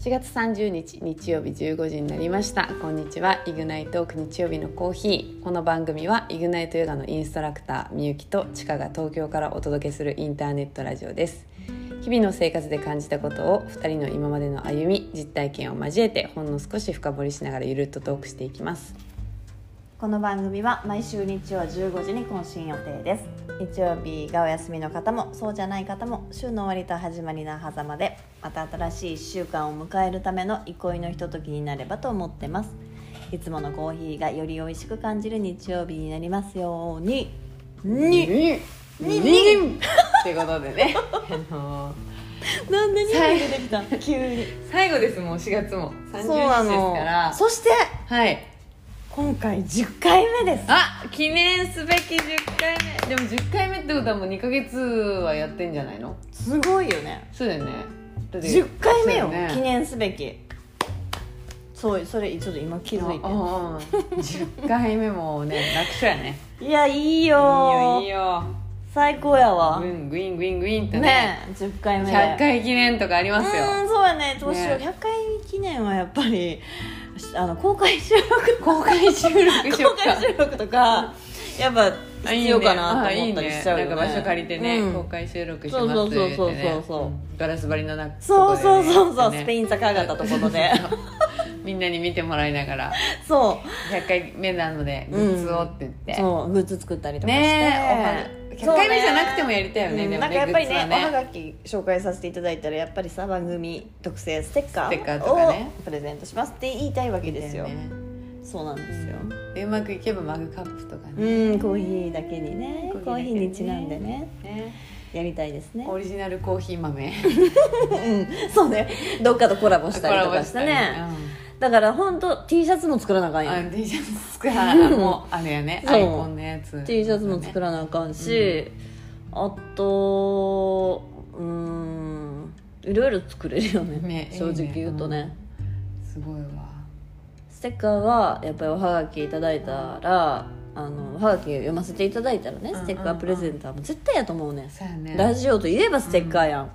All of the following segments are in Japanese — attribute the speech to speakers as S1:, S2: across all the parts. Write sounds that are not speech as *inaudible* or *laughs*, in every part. S1: 8月30日日曜日15時になりましたこんにちはイグナイトーク日曜日のコーヒーこの番組はイグナイトヨガのインストラクターみゆきとちかが東京からお届けするインターネットラジオです日々の生活で感じたことを2人の今までの歩み実体験を交えてほんの少し深掘りしながらゆるっとトークしていきます
S2: この番組は毎週日曜15時に更新予定です日曜日がお休みの方もそうじゃない方も週の終わりと始まりの狭間でまた新しい1週間を迎えるための憩いのひとときになればと思ってますいつものコーヒーがより美味しく感じる日曜日になりますようにに
S1: に
S2: に
S1: ってことでねあのー
S2: なんでに
S1: さい
S2: 出てきた急に
S1: 最後ですもう4月も30日です
S2: そうなの
S1: から
S2: そして
S1: はい
S2: 今回10回目です
S1: あ記念すべき10回目でも10回目ってことはもう2ヶ月はやってんじゃないの
S2: すごいよね
S1: そうだよねだって
S2: 10回目よ、
S1: そうだね
S2: 記念すべきそうそれちょっと今気づい
S1: あ
S2: て
S1: ああ10回目も
S2: *laughs*
S1: ね楽勝やね
S2: いやいい
S1: いい
S2: よ
S1: よいいよ
S2: 最高やわ
S1: グイ
S2: ね
S1: ングイングイングインってね
S2: え10回目で
S1: 100回記念とかありますよ
S2: うーんそうやねどうしよう、
S1: ね
S2: 100回記念はやっぱりしあの公開収録
S1: 公開収録しよ
S2: 公
S1: っか
S2: 開収録とかやっぱ
S1: あいい
S2: 必
S1: ね
S2: 要かなと
S1: あい
S2: 思
S1: い
S2: ったり
S1: ね
S2: しちゃうよね
S1: なんか場所借りてね、
S2: うん
S1: 公開収録します
S2: そうそうそうそう
S1: ってね
S2: そうそうん
S1: ガラス張りの中
S2: そうそうそうそう、スペ
S1: ン
S2: イン坂上がったとこ
S1: *laughs*
S2: ろで
S1: みんなに見てもらいながら
S2: そ
S1: 100回目なのでグッズをって言って、
S2: うそうグッズ作ったりとかして、
S1: ねえ100回目じゃなくてもやりたいよね
S2: うん
S1: でも
S2: なんかやっぱり
S1: グッ
S2: ね
S1: ズは
S2: おはがき紹介させていただいたらやっぱりさ番組特製ステッカー
S1: ス
S2: を
S1: テッカーとかね
S2: プレゼントしますって言いたいわけですよ、
S1: だよね
S2: そうなんですよ
S1: でうまくいけばマグカップとか
S2: う
S1: ね,、
S2: んコーヒーだけにね
S1: コーヒーだけにね
S2: コーヒーにちなんでね
S1: ね
S2: やりたいですね
S1: オリジナルコーヒー豆
S2: うんそうねどっかとコラボしたりとかしてね、だから本当 T シャツも作らなあかん
S1: コ
S2: よ、
S1: ラボしたりねうん、あ T シャツ作らなもうあれやね
S2: *laughs* そう
S1: アイコンのやつ
S2: T シャツも作
S1: ら
S2: らなあかんし、あとうんいろいろ作れるよね
S1: ね
S2: 正直言うとね
S1: いいねすごいわ
S2: ステッカーはやっぱりおはがきいただいたらあのおはがき読ませていただいたらね
S1: んうんうん
S2: ステッカープレゼンターも絶対やと思うね、
S1: そうやね
S2: ん、ラジオといえばステッカーやん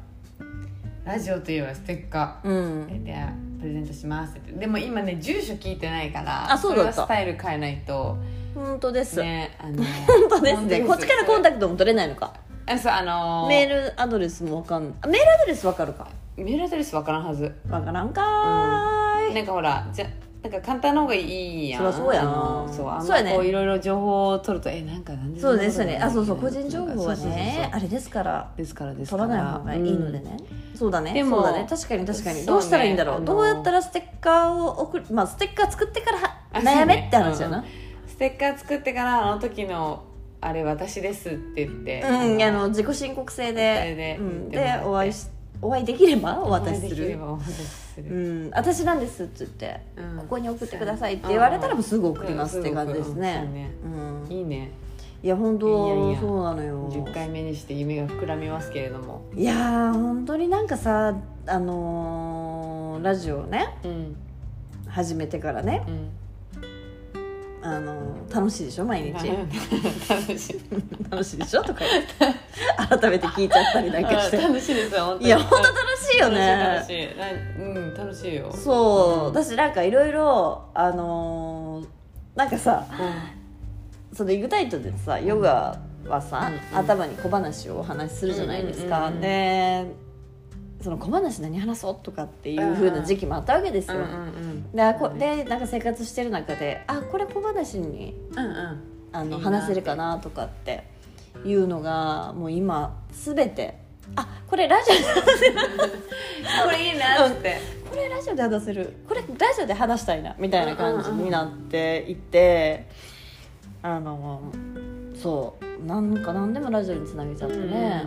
S1: ラジオといえばステッカ
S2: うん、
S1: ーででプレゼントしますってでも今ね住所聞いてないから
S2: あそうだった
S1: それはスタイル変えないと
S2: 本当です、
S1: ねあの
S2: *laughs* 本当ですねこっちからコンタクトも取れないのか
S1: あそうあの
S2: メールアドレスもわかんないあメールアドレスわかるか
S1: メールアドレスわからんはず
S2: わからんかーい、
S1: なんかほらじゃなんか簡単の方がいいやん
S2: そりゃそうやな
S1: そうあん
S2: そう
S1: ま
S2: やね
S1: こういろいろ情報を取るとえなんかなんで
S2: そう
S1: そんな
S2: で
S1: ことができる
S2: すねあそうそう
S1: の
S2: 個人情報はね
S1: そうそうそう
S2: あれですから
S1: ですからですか
S2: 取
S1: ら
S2: らない方がいいのでね、そうだね
S1: でも
S2: そうだね確かに確か
S1: そ
S2: に、
S1: うね
S2: どうしたらいいんだろう、
S1: あの
S2: どうやったらステッカーを送るまあステッカー作ってからは
S1: あ
S2: 悩めって話だな
S1: うんステッカー作ってからあの時のあれ私ですって言って
S2: うん、あの自己申告
S1: そ
S2: 制
S1: れ
S2: で
S1: で
S2: うん、
S1: 言ってもら
S2: で
S1: って
S2: お会いしお会いできればお
S1: お
S2: 渡
S1: 渡
S2: し
S1: し
S2: す
S1: すれ
S2: る
S1: ばお渡しす
S2: う
S1: る、
S2: ん、私なんですっつって、
S1: うん
S2: ここに送ってくださいって言われたらもうすぐ送りますって感じです
S1: うんそう
S2: ね、
S1: ね
S2: うん、
S1: いいね
S2: いや本当
S1: いやいや
S2: そうなのよ
S1: 10回目にして夢が膨らみますけれども
S2: いやー本当になんかさあのーラジオをね
S1: うん
S2: 始めてからね、
S1: う
S2: *laughs*
S1: ん
S2: あのー楽しいでしょ毎日
S1: 楽しい
S2: 楽しいでしょとか言って改めて聞いちゃったりなん
S1: *laughs*
S2: かして
S1: 楽しいですよ本当
S2: い
S1: に
S2: や本当楽しいよ
S1: 楽
S2: ね
S1: しい楽しいなうん楽しいよ
S2: そう、
S1: うん
S2: 私なんかいろいろあのーなんかさそのイグタイトでさヨガはさ、
S1: うんうん
S2: 頭に小話をお話しするじゃないです
S1: うんうん
S2: か、
S1: うんうん
S2: でその小話何話そうとかっていう風な時期もあったわけです
S1: うん
S2: よ、
S1: うんうん
S2: であこでなんか生活してる中であこれ小話に
S1: うんうん
S2: あの
S1: いいな
S2: 話せるかなとかっていうのがもう今全てあこれラジオで *laughs*
S1: これいいなって
S2: これラジオで話せるこれラジオで話したいなみたいな感じになっていて、あのそうなんか何でもラジオにつなげちゃってね、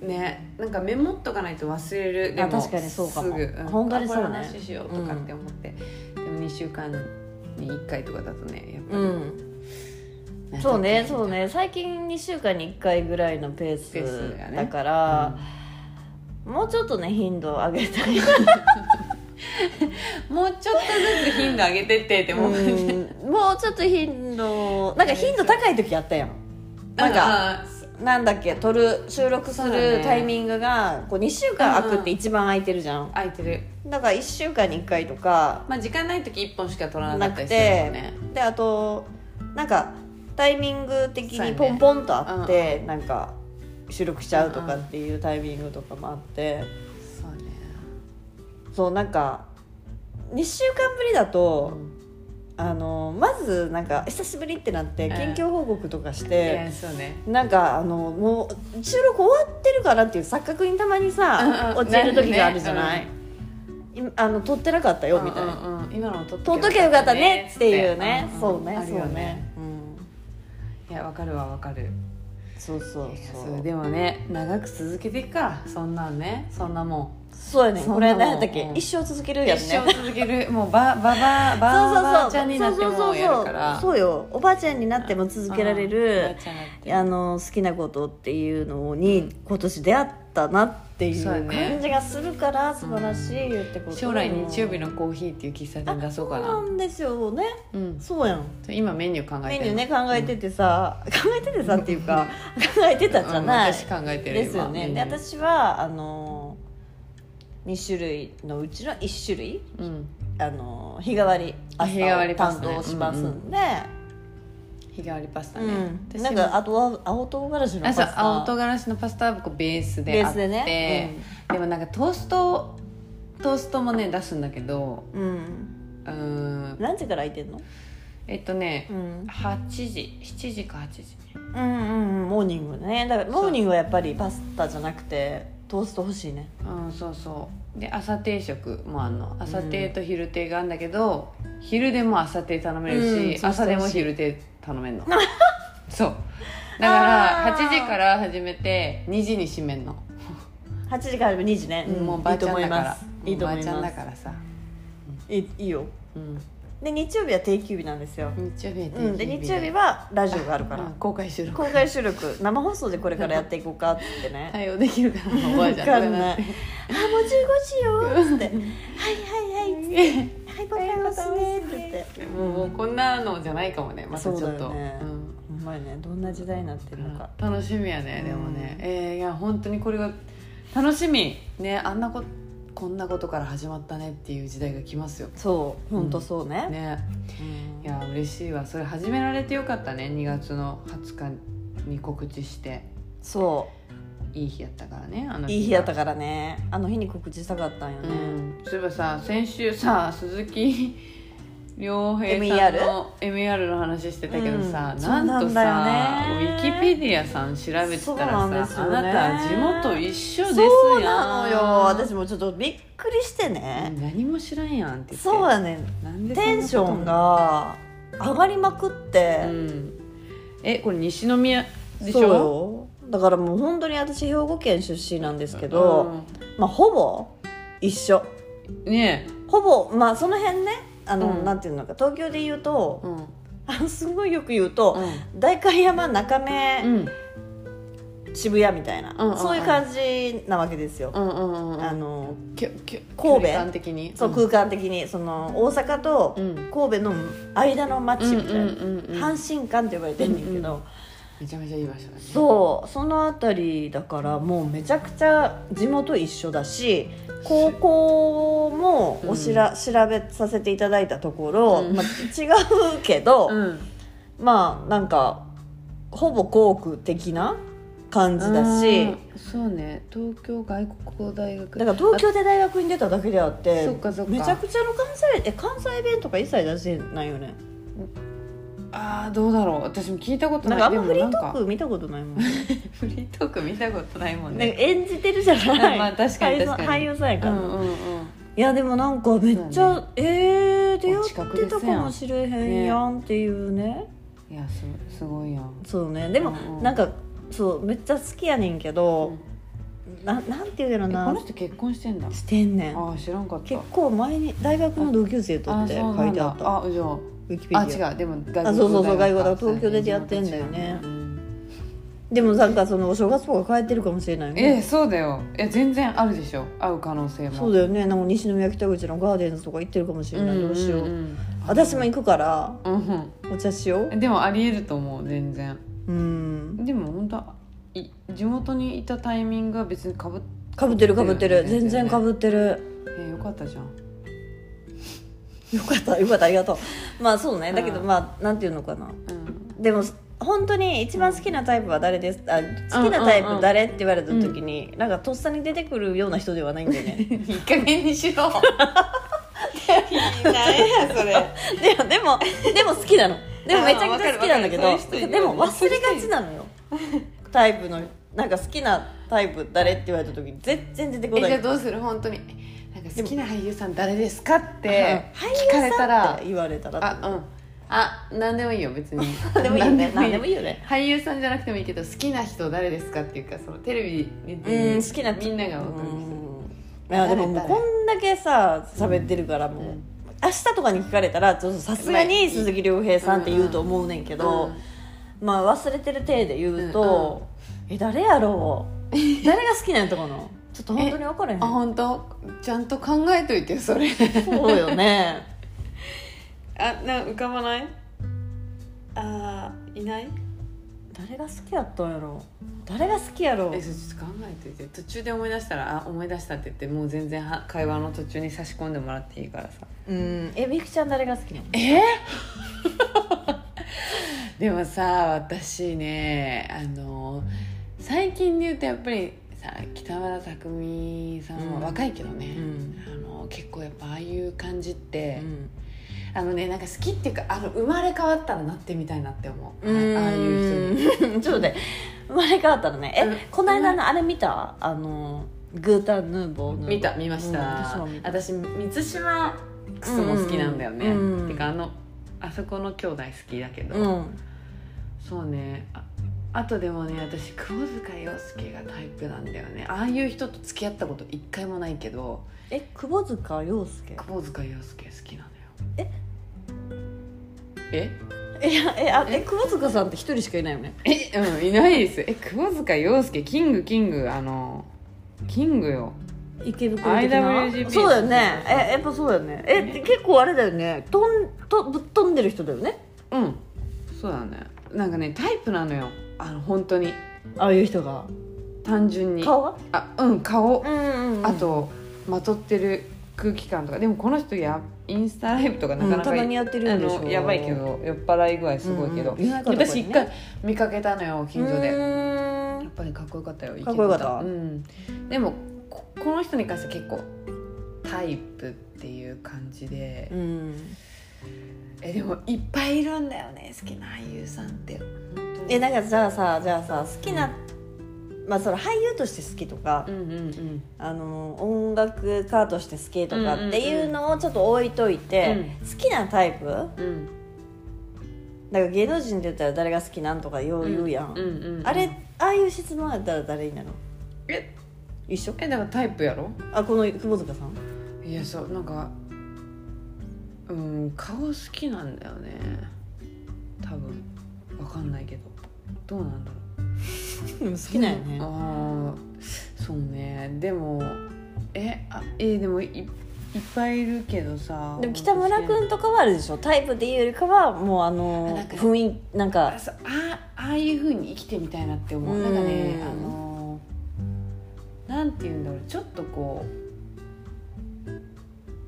S1: ねなんかメモっとかないと忘れるでも
S2: あ確かにそうかも
S1: すぐ、うん、
S2: 本当にそうね
S1: あこれ話しようとかって思って、でも2週間に1回とかだとねやっぱ
S2: う
S1: り、
S2: んそうねそうね最近2週間に1回ぐらいのペー
S1: ペースが
S2: ス
S1: ね
S2: だから、もうちょっとね頻度を上げたい
S1: もうちょっとずつ頻度上げてってって *laughs* もう、
S2: うんもうちょっと頻度なんか頻度高い時あったやんなんか
S1: ああ
S2: なんだっけ撮る収録す
S1: そうだ
S2: る
S1: ね
S2: タイミングがこう2週間空くって一番空いてるじゃん、
S1: 空いてる
S2: だから1週間に1回とか
S1: まあ時間ない時1本しか取らな
S2: な
S1: かった
S2: く
S1: りするよ
S2: て、
S1: ね
S2: であとなんかタイミング的
S1: そうや
S2: に
S1: ね
S2: ポンポンとあって、なんか収録しちゃうとかっていうタイミングとかもあって、
S1: そうね
S2: そうなんか2週間ぶりだと、
S1: うん
S2: あのまずなんか久しぶりってなって
S1: うん
S2: 近況報告とかし
S1: いや
S2: て、
S1: そうね
S2: なんかあのもう収録終わってるかなっていう錯覚にたまに
S1: うん
S2: さ、
S1: うん
S2: 落ちる時があるじゃない、
S1: な
S2: 今あの撮ってなかったよみたいな。
S1: うんうんうん今の撮
S2: 撮っとけばよかったねっていうね、そうね
S1: ある
S2: そう
S1: よ
S2: ね、うん、
S1: いやわかるわわかる
S2: そうそう
S1: そ
S2: そう
S1: うでもね長く続けていくからそんなんねそんなもん
S2: そうやね
S1: そんなもん
S2: これ何やったっけ、
S1: うん
S2: 一生続ける
S1: 一
S2: やつね
S1: 生続けるもうばばばば
S2: そうそ
S1: ば
S2: うそう
S1: ばあちゃんになってもやるから
S2: そうそうそうそうよおばあちゃんになっても続けられ
S1: うんばあ
S2: る
S1: ちゃんになって
S2: あの好きなことっていうのに今年出会ったなっていう
S1: そうやね
S2: 感じがするから素晴らしいってこと
S1: 将来日曜日のコーヒーっていう喫茶店出そうか
S2: な
S1: なん
S2: ですよね
S1: うん
S2: そうやん
S1: 今メニュー考え
S2: メ
S1: て
S2: ニュ
S1: る
S2: ーね考えててさ、考えててさっていう
S1: *laughs*
S2: か考えてたじゃない、
S1: うん私考えてる
S2: ですよねで私はあの2種類のうちの1種類
S1: うん
S2: あの日替わり
S1: あ日替わりパス
S2: 担
S1: タね
S2: 当しますんで、
S1: 日替わりパスタ
S2: う
S1: ね
S2: ん
S1: 私
S2: なんかあとは青唐辛子の
S1: あ
S2: パス
S1: そう
S2: タ
S1: 青唐辛子のパスタはこうベース
S2: ベ
S1: であ
S2: ー
S1: っ
S2: ス
S1: て
S2: で
S1: で,、
S2: ね
S1: もなんかトーストトーストもね出すんだけど
S2: うん、うん
S1: うーん
S2: 何時から空いてんの、
S1: えっとね、
S2: ん、
S1: 8時7時か8時
S2: うんうんうんモーニングねだから
S1: そう
S2: モーニングはやっぱりパスタじゃなくてトースト欲しいね
S1: うんそうそうで朝定食もあんの朝定と昼定があるんだけど、昼でも朝定頼める
S2: うん
S1: し、
S2: そうそ
S1: 朝
S2: う
S1: でも昼定頼
S2: *laughs*
S1: めんのそうだから
S2: あー
S1: 8時から始めて2時に閉めんの、
S2: 8時から2時ね、ん
S1: もうばあちゃんだから
S2: いいと思い
S1: もうばあ
S2: ますいいと思いま
S1: ちゃんだ
S2: す
S1: からさ、
S2: いいいいよ
S1: うん、
S2: で日曜日は定休日なんですよ、
S1: 日曜日は定
S2: うん、で
S1: 休
S2: 日曜日はラジオがあるから
S1: うん公開収録
S2: 公開収録生放送でこれからやっていこうかっつってね
S1: 対応できるかなおばあ
S2: わ
S1: ちゃん
S2: か
S1: と
S2: ん
S1: な
S2: な
S1: っ
S2: い
S1: て
S2: あもう15時よっつって「はいはいはい」っつって「はいボタン押すね」って言って
S1: *laughs* もうもうこんなのじゃないかもねまたちょっと
S2: そうだよね
S1: ん
S2: うまいねどんな時代になってるのか
S1: 楽しみやねでもね、えーいや本当にこれが楽しみねあんなここんなことから始まったねっていう時代が来ますよ
S2: そうほんとそうね
S1: ね
S2: うん
S1: いや嬉しいわそれ始められてよかったね2月の20日に告知して
S2: そ
S1: いい日やったからねあの
S2: ういい日やった
S1: か
S2: からねあの日に告知したかったんよ
S1: う
S2: ね
S1: んそういえばさ先週さ鈴木亮平さんの MER の話してたけどさ、
S2: うん
S1: なんと
S2: そう
S1: さ
S2: なんだよ
S1: ウィ
S2: ね
S1: キペディアさん調べてた
S2: そうなん
S1: ら
S2: で
S1: さ、
S2: すよね
S1: あなた地元一緒ですやん
S2: そうなのよ私もちょっとびっくりしてね
S1: 何も知らんやんって言って
S2: そうやね
S1: なんでそんなこと
S2: テンションが上がりまくって
S1: うんえこれ西宮でし
S2: そう
S1: ょ
S2: よだからもう本当に私兵庫県出身なんですけ
S1: け
S2: ど、まあほぼ一緒
S1: ね
S2: ほぼまあその辺ねあの、
S1: うん
S2: なんていうのか東京で言う
S1: えう
S2: と、
S1: ん
S2: あのすごいよく言うと、代官山中目、
S1: うんうん
S2: 渋谷みたいな、
S1: うんうん
S2: そういう感じなわけですよ、
S1: うんうんうん
S2: あの
S1: きょきょ
S2: 神
S1: 距
S2: 戸
S1: 離感的に
S2: そう空間的にその大阪と
S1: うん
S2: 神戸の間の町みたいな、
S1: うんうんうんうん
S2: 阪神間って呼ばれてんねんけど、
S1: めちゃめちゃいい場所だね
S2: そうその辺りだからもうめちゃくちゃ地元一緒だし高校もおしら、調べさせていただいたところ、
S1: うん
S2: まあ、違うけど、
S1: うん
S2: まあなんかほぼ航空的な感じだし、
S1: うんそうね東京外国語大学
S2: だから東京で大学に出ただけであって
S1: そっかそっか
S2: めちゃくちゃの関西え関西弁とか一切出してないよね
S1: ああーどうだろう私も聞いたこと
S2: な
S1: なんい
S2: かあんまフリ
S1: で
S2: ー
S1: も
S2: ト
S1: なん
S2: ー
S1: か
S2: ク見たことないもんなんか
S1: フリートーク見たことないもんね
S2: 演じてるじゃない *laughs*
S1: まあ確かに確かに
S2: 俳優さんやから、
S1: うんうんうん
S2: いやでもなんかめっち
S1: そう
S2: ゃ、えー、出
S1: お
S2: 会
S1: 近
S2: っ
S1: く
S2: て
S1: です
S2: た
S1: やん
S2: かもしれへんやんっていうね
S1: いやすすごいやん
S2: そうねでも、
S1: うんうん
S2: なんかそうめっちゃ好きやねんけど、ななんていうやろ
S1: えこ
S2: な
S1: の人結婚してんだ
S2: してんねん
S1: ああ知らんかった
S2: 結構前に大学の同級生と
S1: あ
S2: って書いてあった
S1: そうなんだ
S2: ウィキペ
S1: あ
S2: デ
S1: じ
S2: ィ
S1: ゃあ
S2: ア
S1: あ違うでも外
S2: あそうそうそ
S1: 大
S2: う
S1: 学
S2: 外国だ東京で出会ってんだよね
S1: うん
S2: でもなんかそのお正月とか帰ってるかもしれないよ
S1: え
S2: ね
S1: そうだよえ全然あるでしょ会う可能性も
S2: そうだよねなんか西宮北口のガーデンズとか行ってるかもしれ
S1: ん
S2: ない、
S1: んん
S2: どうしよう、私も行くから
S1: うん
S2: お茶しよ
S1: うんでもありえると思う全然
S2: ううん
S1: でも本当い地元にいたタイミングは別にかぶっ
S2: かぶってるかぶってる
S1: 被ってる
S2: 全然かぶってる
S1: えーよかったじゃん
S2: よかったよかったありがとうまあそうねだけど
S1: うん
S2: まあなんていうのかな *laughs*
S1: うん
S2: でも本当に一番好きなタイプは誰ですあ好きなタイプ誰って言われた時に、なんかとっさに出てくるような人ではないんだよね
S1: いい加減にしろ何やそれ
S2: でも *laughs* でもでも好きなのでもめちゃくちゃ好きなんだけ
S1: あ
S2: ど
S1: わかるわかるそういう人いる
S2: でも忘れがちな
S1: *laughs*
S2: のよタイプのなんか好きなタイプ誰って言われた時に全然出てこ
S1: え
S2: な
S1: じゃあ
S2: い
S1: どうする本当になんか好きな俳優さん誰ですかって
S2: 俳
S1: 聞かれ
S2: 優
S1: た
S2: さんっ
S1: ら
S2: て言われたら
S1: あうんあ何でもいいよ別に
S2: *laughs* 何でもいいよね何
S1: 何
S2: で
S1: で
S2: も
S1: も
S2: い
S1: いい
S2: いよね
S1: 俳優さんじゃなくてもいいけど好きな人誰ですかっていうかそのテレビに
S2: うん好きな
S1: みんなが分かる
S2: いやでももう
S1: 誰
S2: こんだけさ喋ってるからもう、
S1: うん
S2: 明日とかに聞かれたらちょっとさすがに鈴木亮平さんって言うと思うねんけ
S1: う
S2: ど、
S1: ん
S2: まあ忘れてる体で言うと、え誰やろ
S1: *laughs*
S2: う誰が好きなんとかのちょっと本当に分からへん
S1: あ本当ちゃんと考えといてよそれ
S2: そうよね
S1: あな浮かばないあいない
S2: 誰が好きやったんやろ誰が好きやろ
S1: えそうちょっと考えといて途中で思い出したらあ思い出したって言ってもう全然は会話の途中に差し込んでもらっていいからさ
S2: うんえみくちゃん誰が好きなの
S1: え *laughs* でもさ私ねあの最近で言うとやっぱりさ北村匠海さん
S2: う
S1: は
S2: ん
S1: 若いけどね、
S2: ん
S1: あの結構やっぱああいう感じって、
S2: ん
S1: あのねなんか好きっていうかあの生まれ変わったらなってみたいなって思う、
S2: うん
S1: ああいう人に
S2: 人にちょっと待って生まれ変わったのねえ、
S1: うん
S2: この間のあれ見たあのグータンヌーボーヌーボー
S1: 見た見まし
S2: うん
S1: た
S2: 私、も見た
S1: 私満島クスも好きなんだよね、
S2: うん
S1: てかあのあそこの兄弟好きだけど、
S2: うん
S1: そうねああとでもね私窪塚洋介がタイプなんだよねああいう人と付き合ったこと一回もないけど
S2: え窪塚洋介
S1: 窪塚洋介好きなのよえ *laughs*
S2: いやえあえ
S1: え
S2: 窪塚さんって一人しかいないよね
S1: ええうんいないですえ窪塚洋介キングキングあのキングよ
S2: 池袋的な
S1: IWGP
S2: そうだよねえやっぱそうだよねえ
S1: ね
S2: 結構あれだよねとんとぶっ飛んでる人だよね
S1: うんそうだねなんかねタイプなのよあの本当に
S2: ああいう人が
S1: 単純に
S2: 顔は
S1: あうん顔
S2: んうん、
S1: あとまとってる空気感とかでもこの人やインスタライブとかなかな
S2: た
S1: かい
S2: まにやってる
S1: あ
S2: んでしょ
S1: のやばいけど酔っ払い具合すごいけど、
S2: うんうん
S1: 私一回見かけたのよ近所で、
S2: う
S1: や
S2: ー
S1: っ
S2: ん
S1: ぱりかっこよかったよ
S2: かっこよかった
S1: イケメンだうん、でもここの人に関しては結構タイプっていう感じで、
S2: うん
S1: えでもいっぱいいるんだよね好きな俳優さんって本当に
S2: えなんかじゃあさじゃあさ好きな、まあその俳優として好きとか、
S1: うんうんうん
S2: あの音楽家として好きとかっていうのをちょっと置いといて、好きなタイプだか
S1: うん
S2: ら芸能人で言ったら誰が好きなんとかよう言うやん、
S1: うんうんうん
S2: あれああいう質問やったら誰になるの
S1: え
S2: 一緒
S1: えだからタイプやろ
S2: あこの窪塚さん *laughs*
S1: いやそうなんかうん顔好きなんだよね多分わかんないけどどうなんだろう
S2: 好きなんよね
S1: ああそうねでもえあえでもいいっぱいいるけどさ
S2: でも北村
S1: 私ね
S2: 君とかはあるでしょタイプでいうよりかはもうあ
S1: あ
S2: の
S1: なんか
S2: 雰囲気なんか
S1: あそうあああいうふうに生きてみたいなって思う
S2: うん
S1: なんかねあのなんて言うんだろうちょっとこう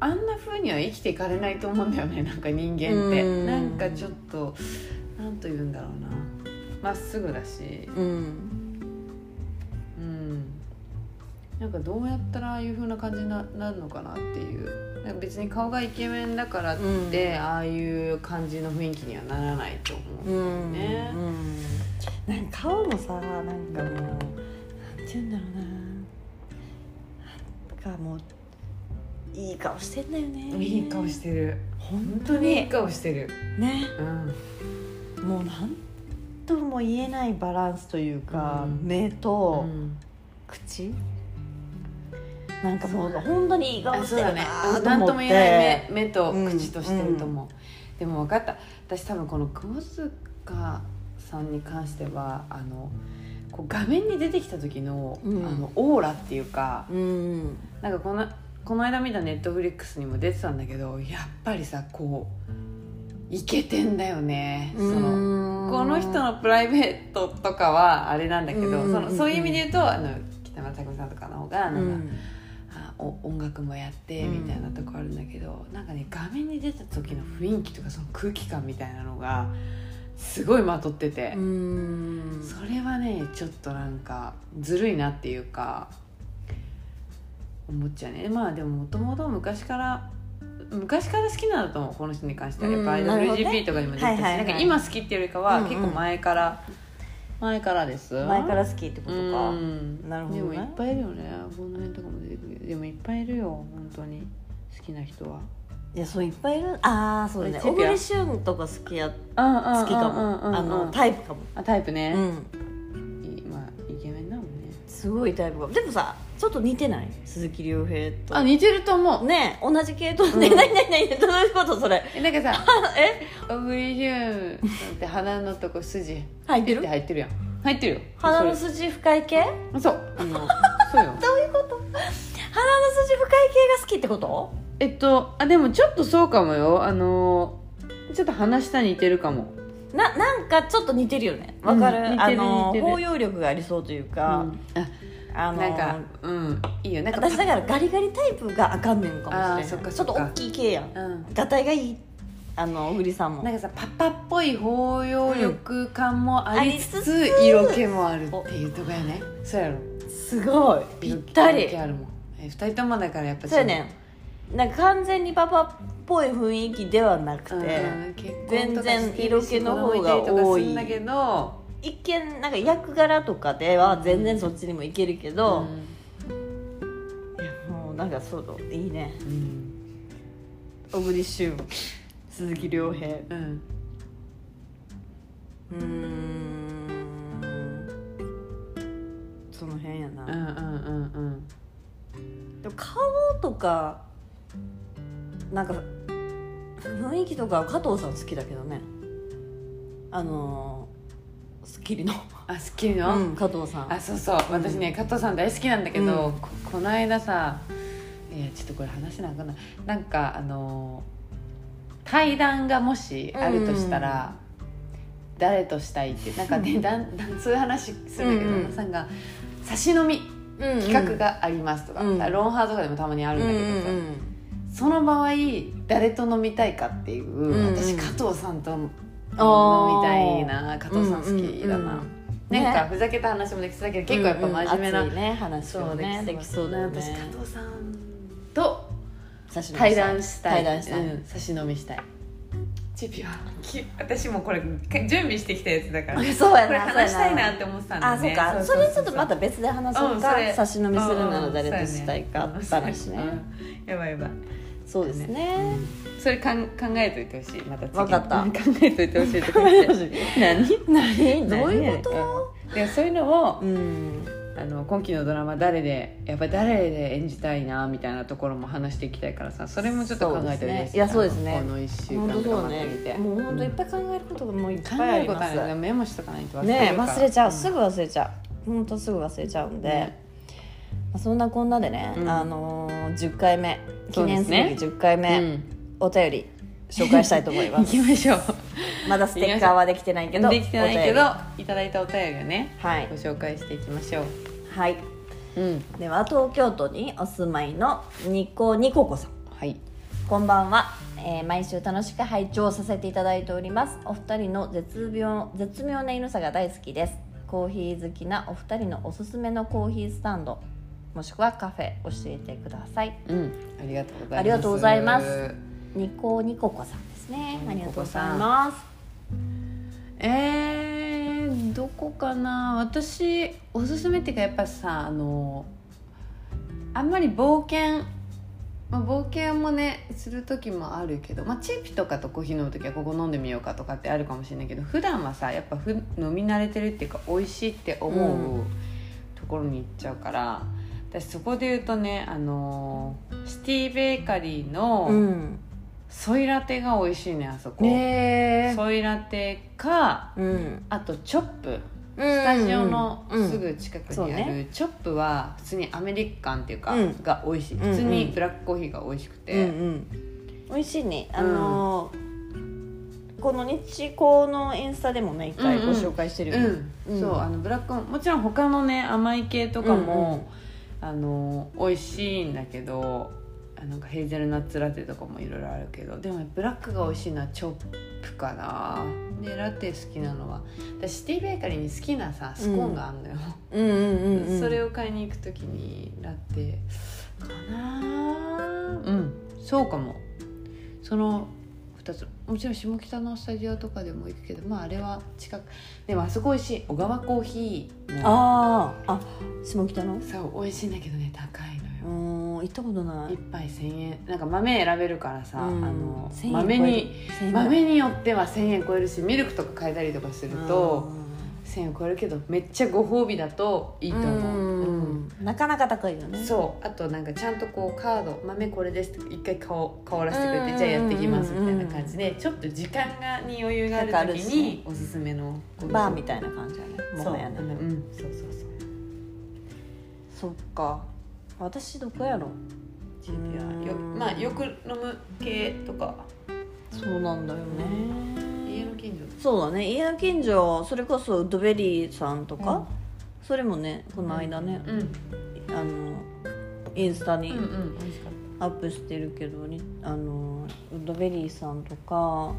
S1: あんなふうには生きていかれないと思うんだよね *laughs* なんか人間って
S2: うん
S1: なんかちょっとなんと言うんだろうなまっすぐだし
S2: うん
S1: うんなんかどうやったらああいう風な感じにななるのかなっていうなんか別に顔がイケメンだからって、ああいう感じの雰囲気にはならないと思う、
S2: うん、
S1: ね
S2: うん、なんか顔もさなんかもうなんて言うんだろうななんかもういい顔してんだよね
S1: いい顔してる
S2: 本
S1: 本
S2: 当
S1: 当にいい
S2: に
S1: 顔してる
S2: ね
S1: うん
S2: もうなんとも言えないバランスというか、
S1: うん
S2: 目と
S1: ん
S2: 口なんかもう本当にいい顔してるなーと
S1: 何と
S2: 思
S1: も
S2: っ
S1: 言えな
S2: て
S1: い目目と口としてると思う、でも分かった私多分この窪塚さんに関してはあのこう画面に出てきた時の,、
S2: うん
S1: あのオーラっていうか
S2: うん
S1: なんかこのこの間見たネットフリックスにも出てたんだけどやっぱりさこういけてんだよねその
S2: の
S1: この人のプライベートとかはあれなんだけど、
S2: うん
S1: そのそういう意味で言うとあの北村匠海さんとかの方がなんか、あお音楽もやってみたいなとこあるんだけど、なんかね画面に出た時の雰囲気とかその空気感みたいなのがすごいまとってて、
S2: うん
S1: それはねちょっとなんかずるいなっていうか思っちゃうねまあでももともと昔から昔から好きなんだと思うこの人に関してはやっぱ
S2: うんなるほどね
S1: LGP とかにも出てたし、
S2: はいはいはい
S1: なんか今好きっていうよりか
S2: う
S1: は
S2: んうん
S1: 結構前から、前からです
S2: 前から好きってことか
S1: うん
S2: なるほどね
S1: でもいっぱいいるよねこの辺とかも出てくるでもいっぱいいるよ本当に好きな人はい
S2: やそういっぱいいるああそうね
S1: チビ
S2: 小
S1: ア
S2: 栗旬とか好きや
S1: 好
S2: 好きかもあのタイプかも
S1: あタイプ
S2: う
S1: ね、
S2: ん
S1: いまあイケメンだもんね
S2: すごいタイプかもでもさちょっと似てない鈴木亮平と
S1: あ似てると思う
S2: ねえ同じ系統で、
S1: うん
S2: 何何何どういうことそれ
S1: えなんかさ
S2: え
S1: 小栗旬なんて鼻のとこ筋
S2: 入ってる
S1: で入ってるやん入ってるよ
S2: 鼻の筋深い系
S1: それそうあのそうよ
S2: 鼻の筋深い系が好きってこと
S1: *laughs* えっとあでもちょっとそうかもよあのちょっと鼻下似てるかも
S2: ななんかちょっと似てるよねわかる,、
S1: うん似てる
S2: あの
S1: 似てる
S2: 包容力がありそうというか、
S1: うんあ
S2: あの
S1: なんかうんいいよなんか
S2: 私だからガリガリタイプがあかんねんかもしれな
S1: あ
S2: い
S1: ーそっか
S2: ちょ
S1: そ
S2: っ
S1: っ
S2: と
S1: か
S2: 大きい系やん
S1: うん
S2: ガタイがいいあの小栗さんも
S1: なんかさパパっぽい包容力感もありつつ,、
S2: ありつつ
S1: 色気もあるっていうとこやねそうやろ
S2: すごいぴった
S1: 色気
S2: り
S1: あるもんえ二人ともだからやっぱ
S2: そうやねんなんか完全にパパっぽい雰囲気ではなくて、
S1: うんうん結婚とか
S2: 全
S1: して
S2: 然
S1: る
S2: 色
S1: し
S2: 気の方が多
S1: 子
S2: い
S1: 供いたりとかするんだけど、
S2: 一見なんか役柄とかでは全然そっちにもいけるけど、いやもうなんかそういいね
S1: うん
S2: 小栗旬鈴木亮平う
S1: うん
S2: ーんその辺やな、
S1: うんうんうんうん
S2: でも顔とかなんか雰囲気とかは加藤さん好きだけどねあのー『スッキリの』
S1: あ好きの、
S2: うん、加藤さん
S1: あそうそう私ね加藤さん大好きなんだけど、ここの間さいやちょっとこれ話なんかんないなんかあのー対談がもしあるとしたら、誰としたいってなんか
S2: *laughs*
S1: ね、だんだんそういう話するんだけど、
S2: うんうん
S1: 旦那さんが「差し飲み企画があります」とか、
S2: うん
S1: ロンハーとかでもたまにあ
S2: あ
S1: るんだけどさ、その場合誰と飲みたいかっていう、
S2: んうん
S1: 私加藤さんと飲み
S2: あ
S1: た
S2: ー
S1: いな加藤さん好きだな。
S2: うんうんうん
S1: なんかふざけた話もできそうだけど、結構やっぱ真面目な、
S2: うんうん熱いね話
S1: そ
S2: を
S1: うでき
S2: ね
S1: そう
S2: できそうだよね
S1: 私加藤さんと
S2: 差し伸べ
S1: 対談したい
S2: 対談したい、
S1: うん、差し飲みしたいチュピはき私もこれ準備してきたやつだからこ
S2: そうや
S1: れ
S2: な
S1: 話したい
S2: そうや
S1: なって思ってたんだ
S2: あ
S1: よ
S2: そう
S1: ね
S2: かそれちょっとまた別で話そう
S1: うん
S2: か
S1: それ
S2: 差し飲みするなら誰
S1: うん
S2: と
S1: うん
S2: したいか
S1: そうやね
S2: 話ね
S1: うんやばいやばい
S2: そうですね
S1: それかん考えといてほしいまた次
S2: わかった
S1: うん考えといてほしいとか
S2: 考
S1: 言
S2: え *laughs* て
S1: っ
S2: ほして
S1: 何
S2: 何
S1: 何
S2: どういうこと
S1: うんでそういうのを
S2: うん
S1: あの今期のドラマ誰でやっぱ誰で演じたいなみたいなところも話していきたいからさそれもちょっと考えておいてほし
S2: そうですねいやそうです
S1: こ
S2: ね
S1: の1週間
S2: 本当そ
S1: 頑
S2: う
S1: 張
S2: ね
S1: ってみて
S2: もう本当いっぱい考えることがもういっ
S1: 考
S2: ぱいあ
S1: える
S2: り
S1: こと
S2: ま
S1: あ
S2: す
S1: るねメモしとかないと忘れ
S2: ね
S1: るから
S2: 忘れちゃうすぐ忘れちゃう本当すぐ忘れちゃうんで、
S1: ね
S2: まあそんなこんなでね、
S1: うん
S2: あのー、10回目記
S1: そうで
S2: 念
S1: す
S2: す
S1: ね
S2: べき10回目、
S1: うん
S2: お便り紹介したいと思い
S1: 行 *laughs*
S2: ます
S1: きましょ
S2: まだステッカーはできてないけど
S1: うできてないけど
S2: お便
S1: いただいたお便りをね
S2: りはい
S1: ご、紹介していきましょう
S2: はい、
S1: うん
S2: では東京都にお住まいのニコニココさん
S1: はい
S2: こんばんは、えー毎週楽しく拝聴させていただいておりますお二人の絶妙絶妙な犬さが大好きですコーヒー好きなお二人のおすすめのコーヒースタンドもしくはカフェ教えてください
S1: うんありがとうございます
S2: ありがとうございますニコニココさんですねありがとうございます
S1: えー、どこかな私おすすめっていうかやっぱさあのあんまり冒険、まあ、冒険もねする時もあるけど、まあ、チーピとかとコーヒー飲む時はここ飲んでみようかとかってあるかもしれないけど普段はさやっぱふ飲み慣れてるっていうか美味しいって思ううところに行っちゃうから、私そこで言うとねあのシティベーカリーの
S2: ん
S1: ソイラテが美味しいねあそこ。
S2: ね
S1: ソイラテか
S2: うん
S1: あとチョップ
S2: ス
S1: スタジオのす
S2: うん
S1: ぐ近く
S2: そう
S1: にあ
S2: ね
S1: るチョップは普通にアメリカンっていうか
S2: うん
S1: が美味しい
S2: うんうん
S1: 普通にブラックコーヒーが美味しく
S2: うんう
S1: て
S2: ん美味しいねあのーこの日光のインスタでもね一回
S1: うん
S2: ご
S1: うん
S2: 紹介してるよね、
S1: うん
S2: うん
S1: そうあのブラックもちろん他のね甘い系とかも、あの美味しいんだけどあなんかヘーゼルナッツラテとかもいろいろあるけどでもブラックが美味しいのはチョップかなでラテ好きなのは私シティベーカリーに好きなさスコーンがあるのよ、
S2: うんうんうんうん、
S1: それを買いに行く時にラテかなうんそうかもその2つもちろん下北のスタジオとかでも行くけどまああれは近くでもあそこ美味しい小川コーヒーの
S2: あーあ下北の
S1: そう美味しいんだけどね高いの
S2: う
S1: よ
S2: ん行ったことない
S1: 一杯1,000円なんか豆選べるからさ、
S2: うん
S1: あの
S2: 1000円
S1: 豆に
S2: 超える1000円
S1: 豆によっては1,000円超えるしミルクとか変えたりとかすると
S2: う
S1: 1,000円超えるけどめっちゃご褒美だといい
S2: ん
S1: と思う。うん
S2: なかなか高いよね
S1: そうあとなんかちゃんとこうカード「豆これです」って一回顔顔らせてくれ
S2: う
S1: て「
S2: ん
S1: じゃあやってきます」みたいな感じでちょっと時間がに余裕がある
S2: なんか
S1: 時
S2: あるしね
S1: におすすめの
S2: バーみ
S1: た
S2: たいな感じだね
S1: そ
S2: も
S1: う
S2: は
S1: な
S2: や
S1: ん
S2: ね
S1: だうんそうそうそう
S2: そっか私どこやろ
S1: GPR よまあよく飲む系とか
S2: そうなんだよ
S1: 家の近所
S2: そうだね家の近所それこそウッドベリーさんとか、それもねこの間ね
S1: う、ん
S2: あのインスタに
S1: うんうん美味しかっ
S2: アップしてるけど、にあのウッドベリーさんとか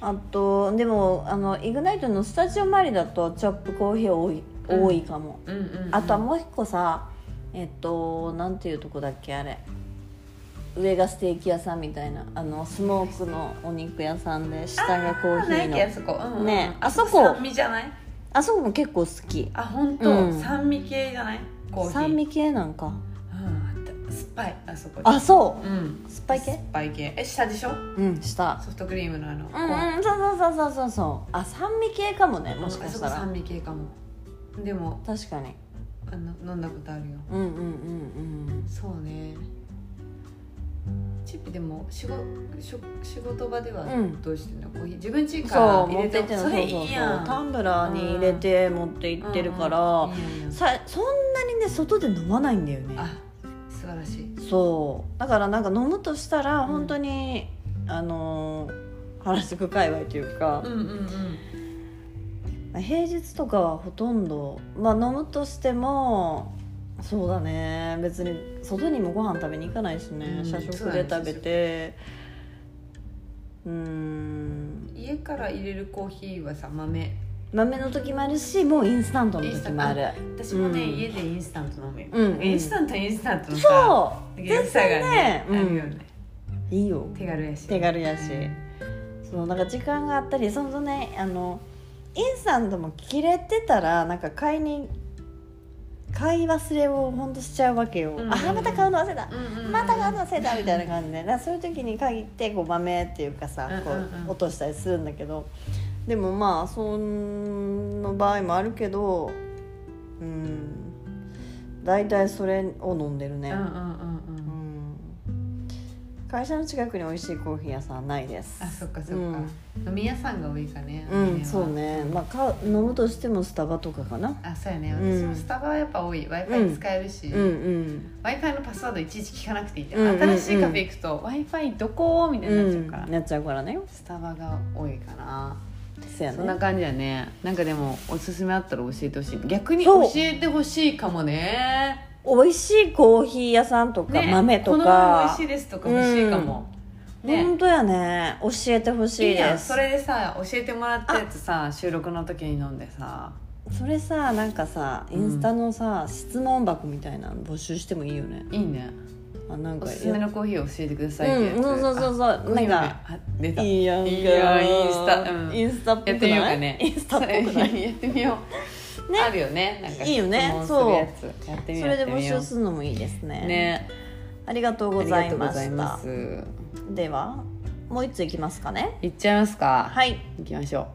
S2: あとでもあのイグナイトのスタジオ周りだとチョップコーヒー多い,、
S1: うん
S2: 多いかも
S1: たうんうん
S2: あとはもう一個さえっとなんていうとこだっけあれ上がステーキ屋さんみたいなあのスモークのお肉屋さんで下がコーヒ
S1: な
S2: ー
S1: いけあ
S2: の
S1: そこうんうん
S2: ねあそこ
S1: 酸味じゃない
S2: あそこも結構好き
S1: あ本
S2: う
S1: 当
S2: ん
S1: 酸味系じゃないコーヒー
S2: 酸味系なんか
S1: うんあった酸っぱいあそこ
S2: あそ
S1: うん
S2: う酸っぱい系
S1: 酸っぱい系え下でしょ
S2: うんした
S1: ソフトクリームのあの、
S2: うんうんそうそうそうそうそうあ酸味系かもねもしか
S1: あ
S2: した
S1: そこ
S2: ら
S1: 酸味系かもでも
S2: 確かに
S1: あの飲んだことあるよ
S2: うんうんうん
S1: そうねチップでも仕事しょ仕事場では
S2: うん
S1: どうしてんの、コーヒー自分家
S2: うん
S1: か
S2: そ
S1: ら
S2: う
S1: 入
S2: 持
S1: れ
S2: って
S1: て
S2: ってんの
S1: それいいやん
S2: タンブラーに入れて持って行ってるから、
S1: うんうんいいやんいいやん
S2: さそんなにね外で飲まないんだよね
S1: あ素晴らしい
S2: そうだからなんか飲むとしたら
S1: ん
S2: 本当に、あのー原宿界隈というか
S1: うん、うんうん
S2: 平日とかはほとんどまあ飲むとしてもそうだね別に外にもご飯食べに行かないし
S1: う
S2: ね、
S1: ん
S2: 社
S1: そう
S2: 食
S1: だね
S2: で食べてうーん
S1: 家から入れるコーヒーはさ豆
S2: 豆の時もあるしもうインスタントの時もある
S1: 私もね、
S2: うん
S1: 家でインスタント飲むよ、
S2: うん
S1: インスタントはインスタントのさ
S2: そう
S1: 優
S2: 全
S1: しさが
S2: 然ね
S1: ねあるよね、
S2: うん、いいよ
S1: 手軽やし
S2: 手軽やし、そうなんか時間があったりそもそもねあのインスタントも切れてたらなんか買いに買い忘れをほんとしちゃうわけよ、
S1: うんうん
S2: あまた買うの忘れた、
S1: うんうんうん
S2: また買うの忘れたみたいな感じでだからそういう時に限ってこう豆っていうかさこ
S1: うんうんうん
S2: う落としたりするんだけどでもまあその場合もあるけどうん大体それを飲んでるね、
S1: うんうんうんうん
S2: うん会社の近くに美味しいコーヒー屋さんないです
S1: あそっかそっか、
S2: うん
S1: 飲み屋さんが多いかね
S2: う
S1: あの
S2: ん、
S1: 辺は
S2: そうね、まあ、か飲むとしてもスタバとかかな
S1: あそうやね
S2: うん
S1: 私もスタバはやっぱ多い w i f
S2: う
S1: i
S2: ん
S1: 使えるし、
S2: うんうん、
S1: w i f i のパスワードいちいち聞かなくていいって、
S2: うんうんうん
S1: 新しいカフェ行くと w i f i どこみたいになっちゃうから、
S2: なっちゃうからね
S1: スタバが多いかな、
S2: そうや
S1: そんな
S2: ね
S1: 感じやねなんかでもおすすめあったら教えてほしい逆に
S2: そ
S1: 教
S2: う
S1: えてほしいかもね
S2: 美味しいコーヒー屋さんとか、
S1: ね
S2: 豆と
S1: この豆美
S2: か
S1: 味しいですとか欲しいかも、ね
S2: 本当やね教えてほし
S1: いい
S2: いです
S1: やんそれでさ教えてもらったやつさ収録の時に飲んでさ
S2: それさなんかさインスタのさ、質問箱みたいなの募集してもいいよね
S1: いいね
S2: あなん
S1: お
S2: か
S1: すすめのコーヒーを教えてくださいってやつ、
S2: うんそうそうそうそうなんか
S1: あ出た
S2: いいやんか
S1: いいやんインスタうん
S2: インスタっぽく
S1: や
S2: な
S1: って
S2: い
S1: みようかね
S2: インスタっぽくな
S1: *laughs*
S2: い
S1: そうやってみよう、
S2: ね
S1: あるよねなんか
S2: いいよね
S1: 質問するやつやってみよ
S2: そうれで募
S1: や
S2: 集
S1: って
S2: するのもいいです
S1: み
S2: ね
S1: ようね
S2: ありがとうござ
S1: あり
S2: いました
S1: がとうございます
S2: ではもう一ついきますかね
S1: 行っちゃいますかい
S2: はい
S1: 行きましょ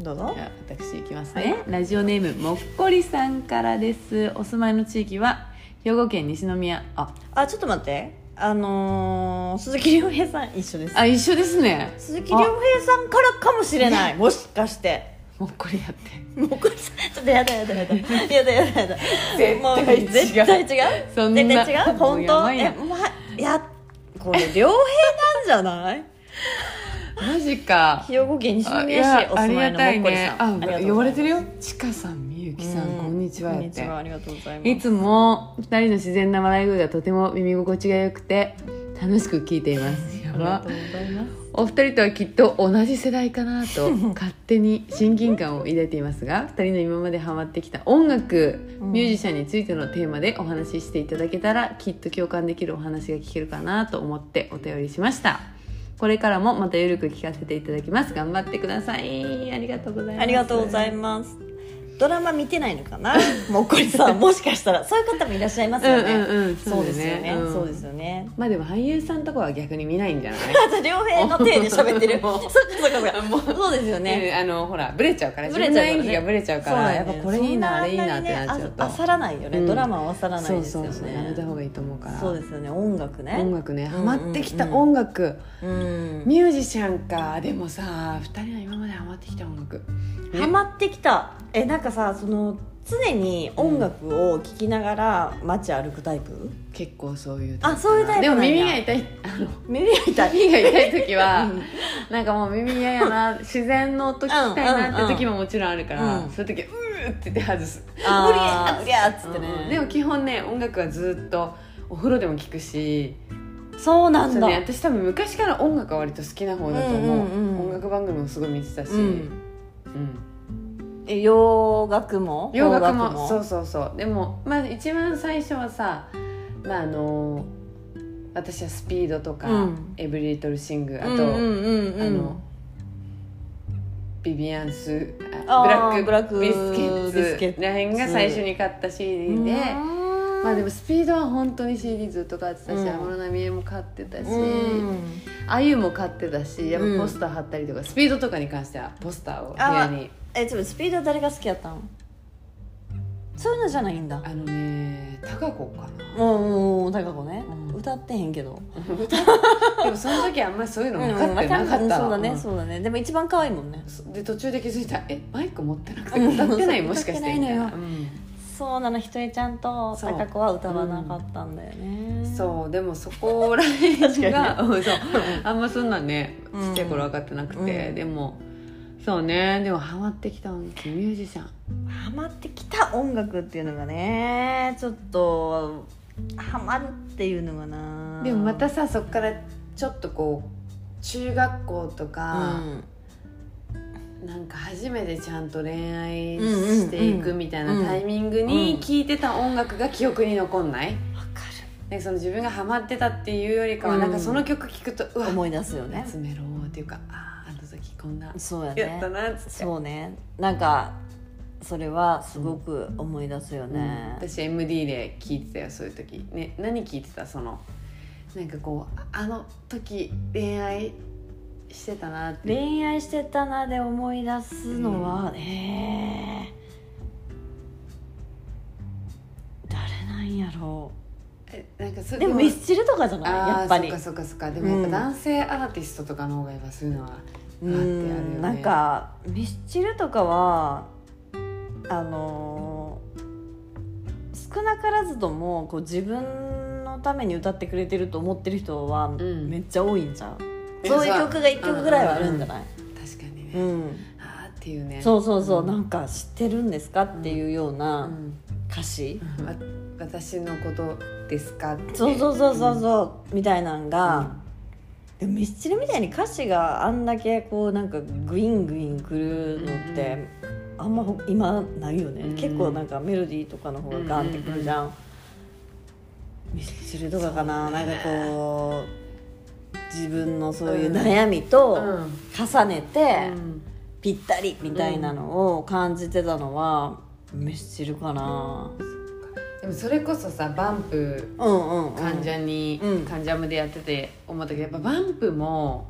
S2: どう
S1: う
S2: ぞ
S1: じゃあ私行きますね、ラジオネームもっこりさんからですお住まいの地域は兵庫県西宮あ
S2: あちょっと待ってあのー、鈴木亮平さん一緒です
S1: あ一緒ですね
S2: 鈴木亮平さんからかもしれないもしかして
S1: もっこりやって
S2: もうこれちょっとやだやだやだやだやだやだ
S1: 絶対違う
S2: も絶対違う
S1: そんな
S2: 絶対違う
S1: もう
S2: 本
S1: や
S2: 当
S1: ばい
S2: え
S1: やん
S2: まやこれ亮平なんじゃない
S1: マジか
S2: 兵庫県西
S1: あい
S2: 宮市
S1: や
S2: お
S1: あ
S2: 住
S1: り
S2: まい
S1: が
S2: の
S1: た
S2: も
S1: い
S2: っこり
S1: ね
S2: さ
S1: あ
S2: ん、
S1: 呼ばれてるよ
S2: ありがとうござい
S1: ちかさんみゆ
S2: ま
S1: き
S2: す
S1: さんこんにちは
S2: う
S1: や
S2: こん
S1: っ
S2: にち
S1: て
S2: はありがとうございます
S1: いつも2人の自然な笑い声がとても耳心地が良くて楽しく聞いていますや
S2: ありが
S1: ば
S2: とうございます
S1: お二人とはきっと同じ世代かな
S2: *laughs*
S1: と勝手に親近感を抱いていますが二人の今までハマってきた音楽
S2: うん
S1: ミュージシャンについてのテーマでお話ししていただけたらきっと共感できるお話が聞けるかなと思ってお便りしましたこれからもまたゆるく聞かせていただきます頑張ってくださいありがとうございます
S2: ありがとうございますドラマ見てないの
S1: *laughs*
S2: かなもっこりさんもしかしたらそういう方もいらっしゃいますよね、
S1: うんうんうん
S2: そうですよね、
S1: ん
S2: そうですよね
S1: まあでも俳優さんとかは逆に見ないんじゃない
S2: あと両平の手で喋っ
S1: *laughs*
S2: てるそっかそっかそっかそうですよ *laughs* ね、
S1: ね、あのほらブレちゃうから
S2: ブ
S1: 自
S2: レちゃ
S1: 分
S2: うか
S1: の演
S2: らね
S1: 技がブレちゃうからやっぱこれいいなあれいいなってなっちゃうと
S2: あさらないよね、
S1: うん
S2: ドラマはあさらない
S1: そう
S2: ですよ
S1: そ
S2: ね
S1: うそうやめた方がいいと思うから
S2: そうですよね音楽ね
S1: 音楽ね
S2: ん
S1: ハマってきた
S2: うん
S1: 音楽、
S2: うん
S1: ミュージシャンかでもさ2人の今までハマってきた音楽ね
S2: ハマってきたえなんかさその常に音楽を聴きながら街歩くタイプ、
S1: 結構そういう
S2: あそういうタイプ
S1: で
S2: なん
S1: も
S2: だ
S1: 耳が痛い *laughs* あの
S2: 耳が痛い
S1: 耳が痛い時は、
S2: うん
S1: なんかもう耳嫌やな自然の音聞きたいなって時ももちろんあるから、
S2: うんうん
S1: そういう時うーって言って外す
S2: *laughs* あー
S1: 無
S2: 無
S1: 理
S2: 理
S1: や
S2: や
S1: っ
S2: っ
S1: つ
S2: つ
S1: っ
S2: ってて
S1: ね
S2: ね、
S1: でも基本ね音楽はずっとお風呂でも聞くし
S2: そうな
S1: そ
S2: ん
S1: う
S2: だ、
S1: ね、私多分昔から音楽は割と好きな方だと思う,、
S2: うんうんうん
S1: 音楽番組もすごい見てたし、
S2: うん、
S1: うん
S2: え洋楽も
S1: 洋楽も
S2: 邦
S1: そうそうそうでもまあ一番最初はさまああの私はスピードとか、
S2: うん
S1: エブリリトルシングあと、
S2: うんうんうんうん
S1: あのビビアンス
S2: あー
S1: あブラック
S2: ブラ
S1: ビ
S2: ッ
S1: ス
S2: ク
S1: ケッツ
S2: ビスケッツ
S1: らへんが最初に買った CD で、
S2: うん
S1: まあでもスピードは本当に CD ずっと買ってたし
S2: うん
S1: 安室奈美恵も買ってたし、
S2: うん
S1: あゆも買ってたしやっ
S2: うん
S1: ぱポスター貼ったりとか、スピードとかに関してはポスターを部屋に
S2: えちょっとスピード誰が好きやったのそういうのじゃないんだ
S1: あのね高子かな
S2: もうん高子ね、
S1: うん
S2: 歌ってへんけど
S1: でもその時あんまりそういうの分かってなかったの、
S2: うんそうだね、
S1: うん
S2: そうだねでも一番可愛いもんね
S1: で途中で気づいたえマイク持ってなくて
S2: うん
S1: 歌ってない、
S2: そう
S1: もしかしてみたいな
S2: 歌っ、そうなのひとえちゃんと
S1: そう
S2: 高子は歌わなかったんだよね、
S1: うんそうでもそこらへんが、*laughs*
S2: 確か
S1: うんそうあんまそんなんね
S2: うん
S1: ちっちゃい頃分かってなくて、
S2: うん
S1: でもそうねでもハマってきた音楽ミュージシャン
S2: ハマってきた音楽っていうのがねちょっとハマるっていうのがな
S1: でもまたさそこからちょっとこう中学校とか、なんか初めてちゃんと恋愛していくみたいなタイミングに聴いてた音楽が記憶に残んない、
S2: 分か
S1: でその自分がハマってたっていうよりかは、
S2: うん
S1: なんかその曲聴くとう
S2: る
S1: わ
S2: 思い出すよね
S1: 詰めろーっていうかあああの時こんな
S2: そうやね
S1: やったなっつって、
S2: そうねなんかそれはすごく思い出すよ
S1: うん
S2: ね、
S1: 私 MD で聴いてたよそういう時、ね、何聴いてたそのなんかこうああの時恋愛してたなって
S2: 恋愛してたなで思い出すのは、えー誰なんやろ
S1: えなんかそうれ
S2: でもミスチルとかじゃない
S1: あー
S2: やっぱり
S1: そっかそっかそっかでもやっぱ男性アーティストとかの方がやっぱそういうのは
S2: う
S1: あってあるよね
S2: んなんかミスチルとかはあのー少なからずともこう自分のために歌ってくれてると思ってる人は
S1: ん
S2: めっちゃ多いんじゃう、
S1: いや
S2: そういう曲が1曲ぐらいはあるんじゃない、
S1: 確かに
S2: う
S1: ね、
S2: ん
S1: ああっていうね
S2: そうそうそう、
S1: うん
S2: なんか知ってるんですかっていうよう
S1: う
S2: なん歌詞、
S1: わ私のことですかって
S2: そうそうそうそうそうみたいなん
S1: うん
S2: が、でもミスチルみたいに歌詞があんだけこうなんかグイングインくるのってあんまほ今ないよね、
S1: うん
S2: 結構なんかメロディーとかの方がガンってくるじゃん、ミスチルとかかな、なんかこう自分のそういう悩みと重ねて
S1: うん
S2: ぴったりみたいなのを感じてたのはミスチルかな、
S1: でもそれこそさバンプ
S2: うんうんうん、
S1: 関ジャニ、
S2: うん
S1: 関ジャムでやってて思ったけどやっぱバンプも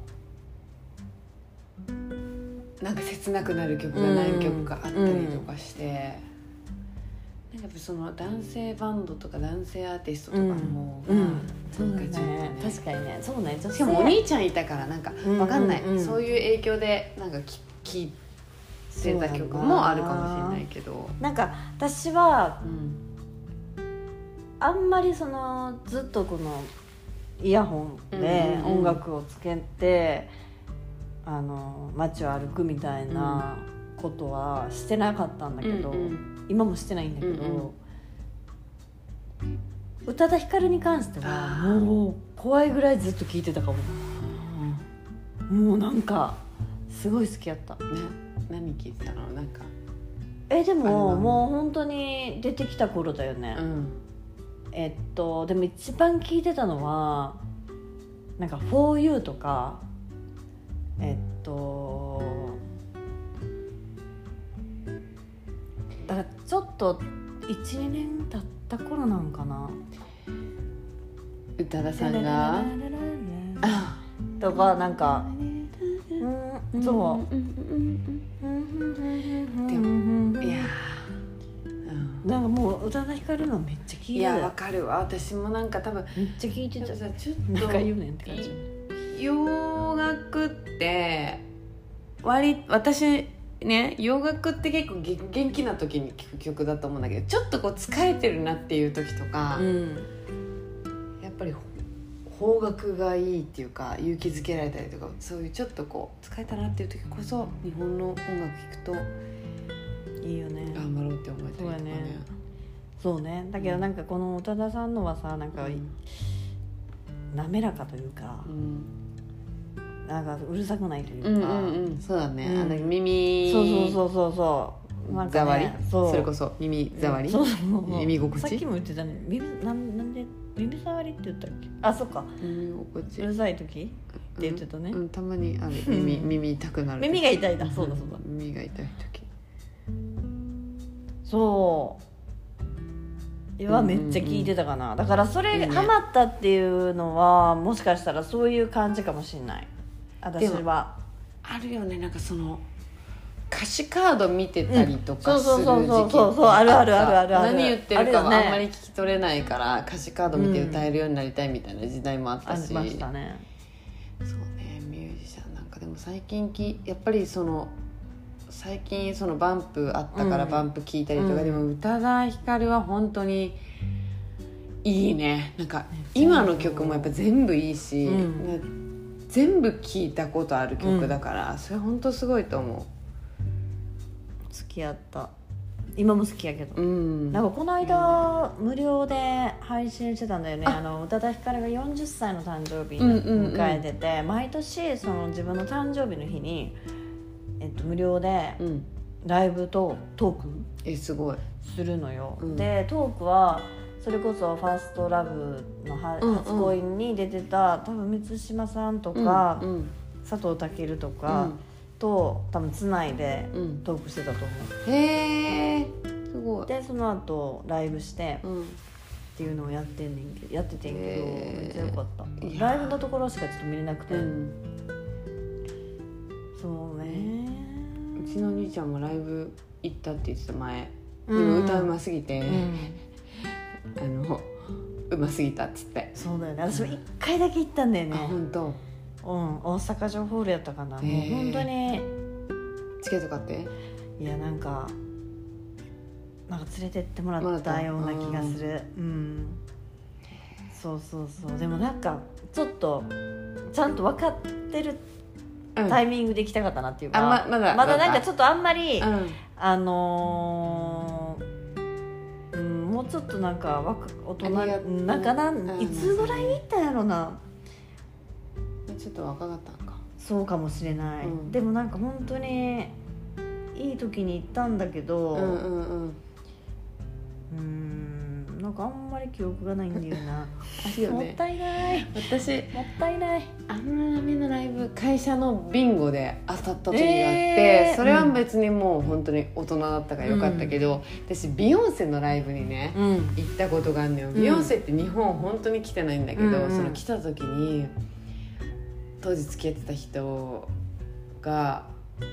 S1: なんか切なくなる曲が何曲かあったりとかして、なんかやっぱその男性バンドとか男性アーティストとかの方が、
S2: う
S1: な
S2: ん
S1: んかち
S2: そ
S1: ょ
S2: う
S1: っ
S2: だ
S1: と
S2: ね
S1: ね
S2: 確かにねそうね女性
S1: しかもお兄ちゃんいたからなんか
S2: うん
S1: わかんない、
S2: うんうん
S1: そういう影響でなんかき聴いてた曲もあるかもしれないけど
S2: なんか私は
S1: うん
S2: あんまりそのずっとこのイヤホンで
S1: うんうんうん
S2: 音楽をつけて、あの街を歩くみたいなことはしてなかったんだけど、
S1: うんうん
S2: 今もしてないんだけど、
S1: うん
S2: 宇多田ヒカルに関しては
S1: あー
S2: もう怖いぐらいずっと聞いてたかももうなんかすごい好きやった
S1: な何聞いてたのなんか
S2: えで
S1: あ
S2: も
S1: の
S2: もう本当に出てきた頃だよね、
S1: うん
S2: えっとでも一番聞いてたのはなんか「For You」とかえっとだからちょっと12年経った頃なんかな
S1: 宇多田さんが
S2: とかなんかうんそ
S1: うん
S2: う
S1: うんいやーうん
S2: なんかもう宇多田ヒカルのめっちゃ聞い
S1: い
S2: て
S1: や
S2: た
S1: わかるわ私もなんか多分
S2: めっちゃ聞いて
S1: で
S2: た
S1: もさちょっ
S2: なんか言う
S1: と
S2: ねんって感じ
S1: 洋楽って割私ね洋楽って結構げ元気な時に聴く曲だと思うんだけどちょっとこう疲れてるなっていう時とか、
S2: うん
S1: やっぱりほ方角がいいっていうか勇気づけられたりとかそういうちょっとこう疲れたなっていう時こそ日本の音楽聴くと
S2: いいよね
S1: 頑張ろうって思えたりとかね
S2: そうねだけどなんかこの宇多田さんのはさなんか
S1: うん
S2: 滑らかというか
S1: うん
S2: なんかうるさくないというか、
S1: うんうんうんそうだね、
S2: うん
S1: あの耳
S2: そうそうそうそうそうなんか、
S1: ざ
S2: ね、
S1: わり
S2: そう
S1: それこそ耳ざわり、
S2: そうそうそう
S1: 耳心地
S2: さっきも言ってたね耳なんなんで耳触りって言ったっけあそっか
S1: 耳心地
S2: うるさい時って言ってたね
S1: うんうんたまにある
S2: うん
S1: 耳耳痛くなる
S2: 耳
S1: が
S2: が痛いだそうだそうだ
S1: 耳が痛い時
S2: そういやめっちゃ聞いてたかな、だからそ
S1: いい
S2: れ
S1: ね
S2: ハマったっていうのはもしかしたらそういう感じかもしれない私
S1: で
S2: は
S1: あるよねなんかその歌詞カード見てたりと
S2: う
S1: か
S2: ん
S1: す
S2: そう
S1: る時期
S2: そうそうそうそうあるあるあるあるある
S1: 何言ってるかも
S2: あ
S1: あ
S2: るよね
S1: んまり聞き取れないから歌詞カード見て歌えるようになりたいみたいな時代もあっ
S2: あ
S1: たし
S2: りましたね
S1: そうねミュージシャンなんかでも最近きやっぱりその最近そのバンプあったから
S2: うん
S1: バンプ聞いたりとか、
S2: うん
S1: でも宇多田ヒカルは本当にいいねなんか今の曲もやっぱ全部いいし、
S2: うん
S1: 全部聞いたことある曲だから、それ本当すごいと思
S2: 好きやった今も好きやけど
S1: ううん
S2: なんかこの間無料で配信してたんだよね
S1: あ
S2: あの宇多田ヒカルが40歳の誕生日
S1: うんうんうん
S2: 迎えてて毎年その自分の誕生日の日に、えっと、無料で
S1: うん
S2: ライブとトーク
S1: えすごい
S2: するのよ、
S1: うん
S2: でトークはそれこそ「ファーストラブのは
S1: うんうん
S2: 初恋に出てた多分満島さんとか、
S1: うんうん
S2: 佐藤健とか、と多分つないで
S1: うんうん
S2: トークしてたと思、
S1: へえすごいう
S2: でその後ライブして
S1: うん、
S2: っていうのをやってんねんけどやっててんけど、
S1: へー
S2: めっちゃよかった
S1: いやー
S2: ライブのところしかちょっと見れなくて、
S1: うん
S2: そう
S1: う
S2: ね、
S1: ちのお兄ちゃんもライブ行ったって言ってた前、でも歌うますすぎて、
S2: うん
S1: あのうますぎたっつって、
S2: そうだよね私も一回だけ行ったんだよ
S1: あ
S2: ね、
S1: 本当
S2: うん、大阪城ホールやったかな、
S1: へー
S2: もう本当に
S1: チケット買って
S2: いやなんかなんか連れてってもらったような気がするうんそうそうそうでもなんかちょっとちゃんと分かってる
S1: うん
S2: タイミングで行きたかったなっていうか、
S1: あままだ
S2: まだなんかちょっとあんまり、
S1: うん
S2: あのーうん、もうちょっとなんか若大
S1: ありがと
S2: 人
S1: う
S2: なんかな
S1: うん
S2: んいつぐらいに行ったんやろな
S1: ちょっと若かったのか
S2: そうかもしれない、
S1: うん
S2: でもなんか本当にいい時に行ったんだけど、
S1: うんうんうん
S2: うーんなんかあんまり記憶がないんだよな
S1: あ *laughs* るよ
S2: もっ
S1: ね
S2: たいない
S1: 私
S2: もったいない
S1: 安室奈美のライブ会社のビンゴで当たった時があって、
S2: えー
S1: それは別にもう本当に大人だったからよかったけど、私ビヨンセのライブにね、
S2: うん
S1: 行ったことがあるのよ、
S2: ん
S1: ビヨンセって日本本当に来てないんだけど、
S2: うんうん
S1: その来た時に当時付き合ってた人が「あの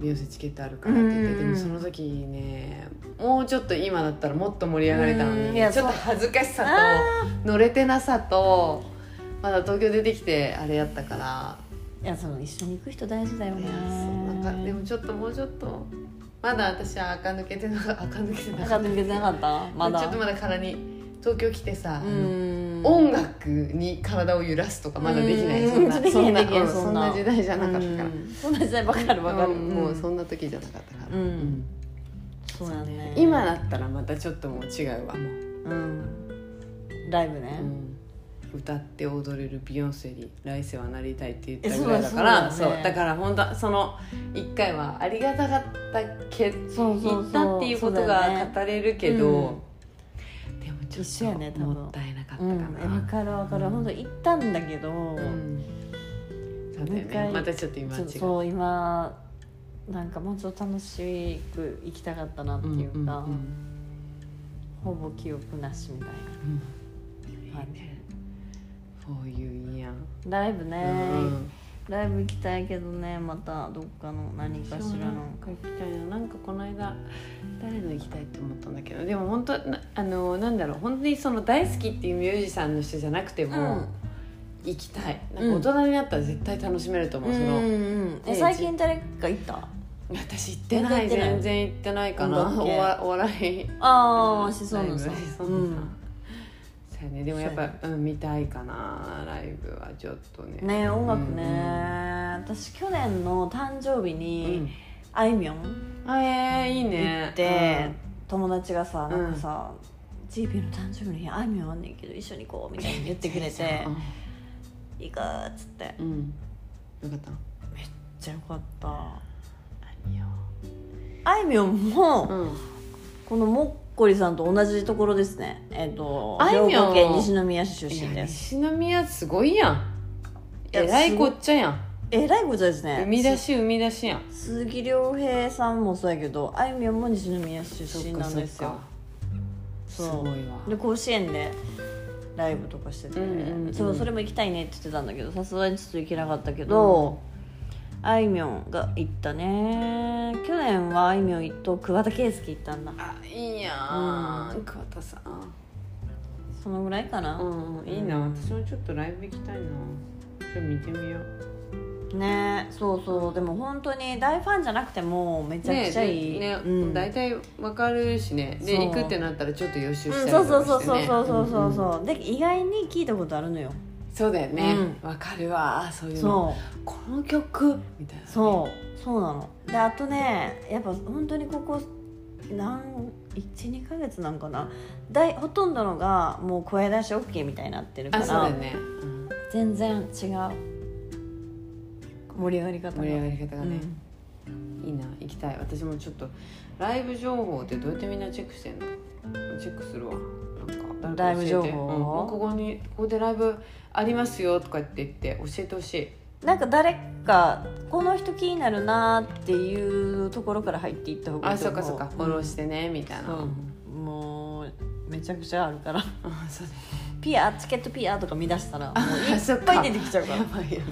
S1: ビヨンセチケットあるから」って言って、
S2: うんうん
S1: でもその時ねもうちょっと今だったらもっと盛り上がれたのに、
S2: うんい
S1: ちょ
S2: や
S1: っと
S2: そう
S1: 恥ずかしさ
S2: あ
S1: と乗れてなさとまだ東京出てきてあれやったから
S2: いやその一緒に行く人大事だよ
S1: い
S2: ね
S1: やそうなんかでもちょっともうちょっとまだ私は垢抜けてなか垢抜けてなか
S2: 中
S1: った
S2: 抜けてなかったまだ
S1: ちょっとまだ空に東京来てさ、
S2: うーん
S1: 音楽に体を揺らすとかまだできない、
S2: うん
S1: そんな
S2: できない
S1: そんな
S2: できない
S1: うん
S2: そんな
S1: そんな時代じゃなかったから、
S2: うんそんな時代わかるわかる、
S1: うんもうそんな時じゃなかったから、
S2: うん
S1: うん
S2: そうだね
S1: 今だったらまたちょっともう違うわもう、
S2: うんライブね、
S1: 歌って踊れるビヨンセに来世はなりたいって言っ
S2: え
S1: た
S2: そう
S1: ぐらいだから
S2: そ
S1: そうう
S2: だよね
S1: だから本当その一回はありがたかったけど
S2: そうそうそう
S1: 行ったっていうことが語れるけど、でも
S2: 一
S1: ち
S2: 緒
S1: ょ
S2: や
S1: っ
S2: ね
S1: と
S2: 多分
S1: もったいなかった
S2: う
S1: かな、
S2: んえわかるわかる、
S1: うん
S2: 本当行ったんだけど、
S1: うんそうだよ
S2: もう一回
S1: ねまたちょっと今は違
S2: ちょっ
S1: う
S2: とそう今なんかもうちょっと楽しく行きたかったなっていうか、
S1: んんん
S2: ほぼ記憶なしみたい
S1: うんいい
S2: な感じ、
S1: ねそういういいやん、
S2: ライブね、
S1: うん
S2: ライブ行きたいけどねまたどっかの何かし
S1: な
S2: ら
S1: ん
S2: の
S1: か行きたいななんかこの間誰の行きたいって思ったんだけどでも本当なあのなんだろう本当にその大好きっていうミュージシャンの人じゃなくても、
S2: うん
S1: 行きたいなんか大人になったら絶対楽しめると思う、
S2: う
S1: その
S2: ん
S1: え
S2: え最近誰か行った
S1: 私行ってない
S2: 全然行ってない
S1: 全然行ってないか
S2: なんだ
S1: な
S2: っ
S1: お
S2: け
S1: わお笑い
S2: ああしそ
S1: ラ
S2: うな
S1: イブ
S2: さ
S1: しそう
S2: う
S1: なさ
S2: ん
S1: そうやねでもやっ
S2: そうや
S1: ぱうん見たいかなライブはちょっとね
S2: ね音楽ね、
S1: うん
S2: 私去年の誕生日
S1: う
S2: に、
S1: ん
S2: あいみょん
S1: あえーいいね
S2: 行って、友達がさ
S1: う
S2: なんんかさ、GP の誕生日の日あいみょんあんねんけど一緒に行こうみたいに言ってくれて「行く」っつって
S1: うんうんよかった
S2: めっちゃよかった
S1: あいいよ
S2: あいみょんも、
S1: うん
S2: このもっこりさんと同じところですねえっ、と
S1: あいみ
S2: 兵
S1: ょん
S2: 庫県西宮市出身
S1: いや
S2: です
S1: 西宮すごいやん
S2: いや
S1: えらいこっちゃやん
S2: えらいことですね
S1: 生み出し生み出しやん
S2: す鈴木亮平さんもそうやけどあいみょんも西宮市
S1: そ
S2: 出
S1: っ
S2: 身
S1: か
S2: なん
S1: そっ
S2: ですよ
S1: かす
S2: そう
S1: ごいわ
S2: で甲子園でライブとかしてて、
S1: うんうんうん
S2: そうそれも行きたいねって言ってたんだけどさすがにちょっと行けなかったけど、あいみょんが行ったね去年はあいみょんと桑田佳祐行ったんだ
S1: あいいや
S2: うん
S1: 桑田さん
S2: そのぐらいかな、
S1: うんいいな私もちょっとライブ行きたいなちょっと見てみよう
S2: ねそうそうでも本当に大ファンじゃなくてもめちゃ
S1: ね
S2: くちゃいい、
S1: ね
S2: うん、
S1: 大体わかるしねで
S2: そう
S1: 行くってなったらちょっと予習
S2: うん
S1: したり
S2: そう
S1: と
S2: そう
S1: か
S2: そう
S1: して
S2: そう
S1: ね
S2: そうそうそう
S1: うんうん
S2: そうで意外に聞いたことあるのよ
S1: そうだよね
S2: う
S1: わかるわそういうの
S2: そう
S1: この曲みたいな
S2: そうそうなのであとねやっぱ本当にここ何12ヶ月なんかな大ほとんどのがもう声出し OK みたいになってるか
S1: あそうだ
S2: ら、
S1: よねうん
S2: 全然違う盛り上がり方が
S1: 盛り上がり方がね
S2: うん
S1: いいな行きたい私もちょっとライブ情報ってどうやってみんなチェックしてんのチェックするわなんか
S2: ライブ情報
S1: 誰か教えてうんここにここでライブありますよとかって言って教えてほしい
S2: なんか誰かこの人気になるなーっていうところから入っていった方がい
S1: あ
S2: いと
S1: そ
S2: 思
S1: っ
S2: う
S1: かそっかフォローしてねみたいな
S2: そう
S1: うん
S2: もうめちゃくちゃあるから
S1: あ *laughs* そうだ
S2: ピアチケットピアとか見出したらもうい
S1: あそっ
S2: っ
S1: か
S2: ぱい出てきちゃうから
S1: やばいよね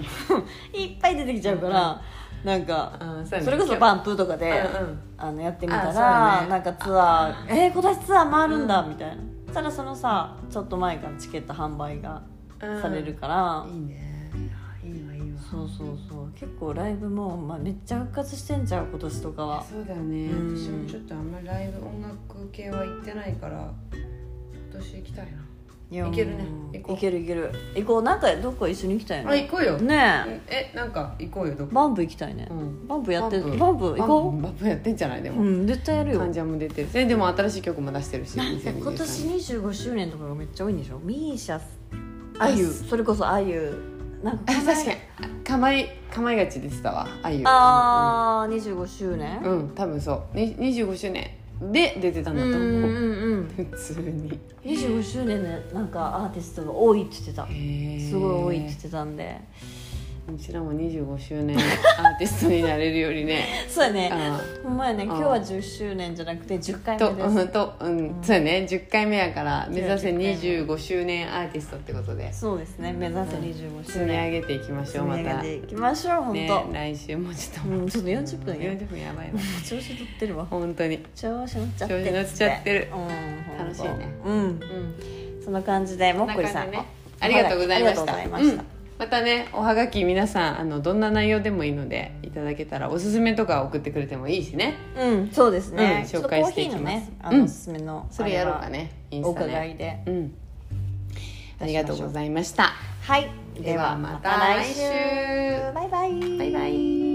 S2: いっぱい出てきちゃうから、なんか
S1: あうやね
S2: それこそバンプーとかで、
S1: うんうん
S2: あのやってみた
S1: あそうだ
S2: ら、
S1: ね
S2: なんかツアーえー、今年ツアー回るんだ、みたいなそしたらそのさちょっと前からチケット販売が
S1: うん
S2: されるから、
S1: いいねあいいわいいわ
S2: そうそうそう結構ライブも、まあ、めっちゃ復活してんちゃう今年とかは
S1: そうだよね
S2: うん
S1: 私もちょっとあんまりライブ音楽系は行ってないから今年行きたい
S2: いや
S1: いけるね
S2: もう
S1: 行こう
S2: いけるいける行こうなんかどっか一緒に行きたい
S1: なあ行
S2: ね
S1: こうよ
S2: ねえ
S1: えなんか行こうよどこ
S2: バンプ行きたいね、
S1: うん
S2: バンプやって
S1: バンプ
S2: バンプ行こ
S1: バップやってんじゃないで
S2: う
S1: も、
S2: うん絶対やるよ
S1: 患者も出てるえでも新しい曲も出してるし
S2: なんか今年
S1: 2023
S2: 25周年とかがめっちゃ多いんでしょミーシャ
S1: あ
S2: あゆそれこそあゆなんか
S1: あ確かにあかまいかまいがち出てたわあゆ
S2: ああ25周年
S1: うん、うん多分そうに25周年で出てたんだと
S2: う
S1: 思
S2: んうん
S1: う
S2: うん
S1: 普通に
S2: 25周年でなんかアーティストが多いって言ってたすごい多いって言ってたんで
S1: うちらも25周年アーティストになれるより
S2: *laughs*
S1: ね
S2: そうやね
S1: あ
S2: ほんまやね
S1: あー
S2: 今日は10周年じゃなくて10回
S1: と
S2: 目
S1: う
S2: で
S1: んと、うん
S2: うん
S1: そうやね10回目やから目指せ
S2: 10回
S1: 25周年アーティストってことです
S2: そうですね目指せ25
S1: 積
S2: 周
S1: み上
S2: 年
S1: げていきましょうま
S2: 積み上
S1: た
S2: げていきましょう本
S1: ね
S2: 当
S1: 来週もちょっと
S2: うんちょっと40分よ
S1: 40分やばいわ
S2: 調子乗ってるわ
S1: 本当に
S2: 調子乗っちゃって
S1: 調子乗っちゃってる
S2: うんほんと
S1: 楽しいね
S2: うん
S1: うん
S2: その感じでもっこりさ、
S1: なんんかねありがとうございました
S2: ありがとうございま
S1: う
S2: した
S1: んまたねおはがき皆さんあのどんな内容でもいいのでいただけたらおすすめとか送ってくれてもいいしね
S2: うん、そうですね、
S1: うん紹介していき
S2: ちょっとコ
S1: ま
S2: ーヒーの
S1: す
S2: ねあの、
S1: うん
S2: おすすめの
S1: それやろうかねイン
S2: お
S1: スタ
S2: 伺
S1: ね
S2: いで
S1: うんありがとうございました
S2: はい
S1: ではまた来週
S2: バイバイ
S1: バイバイ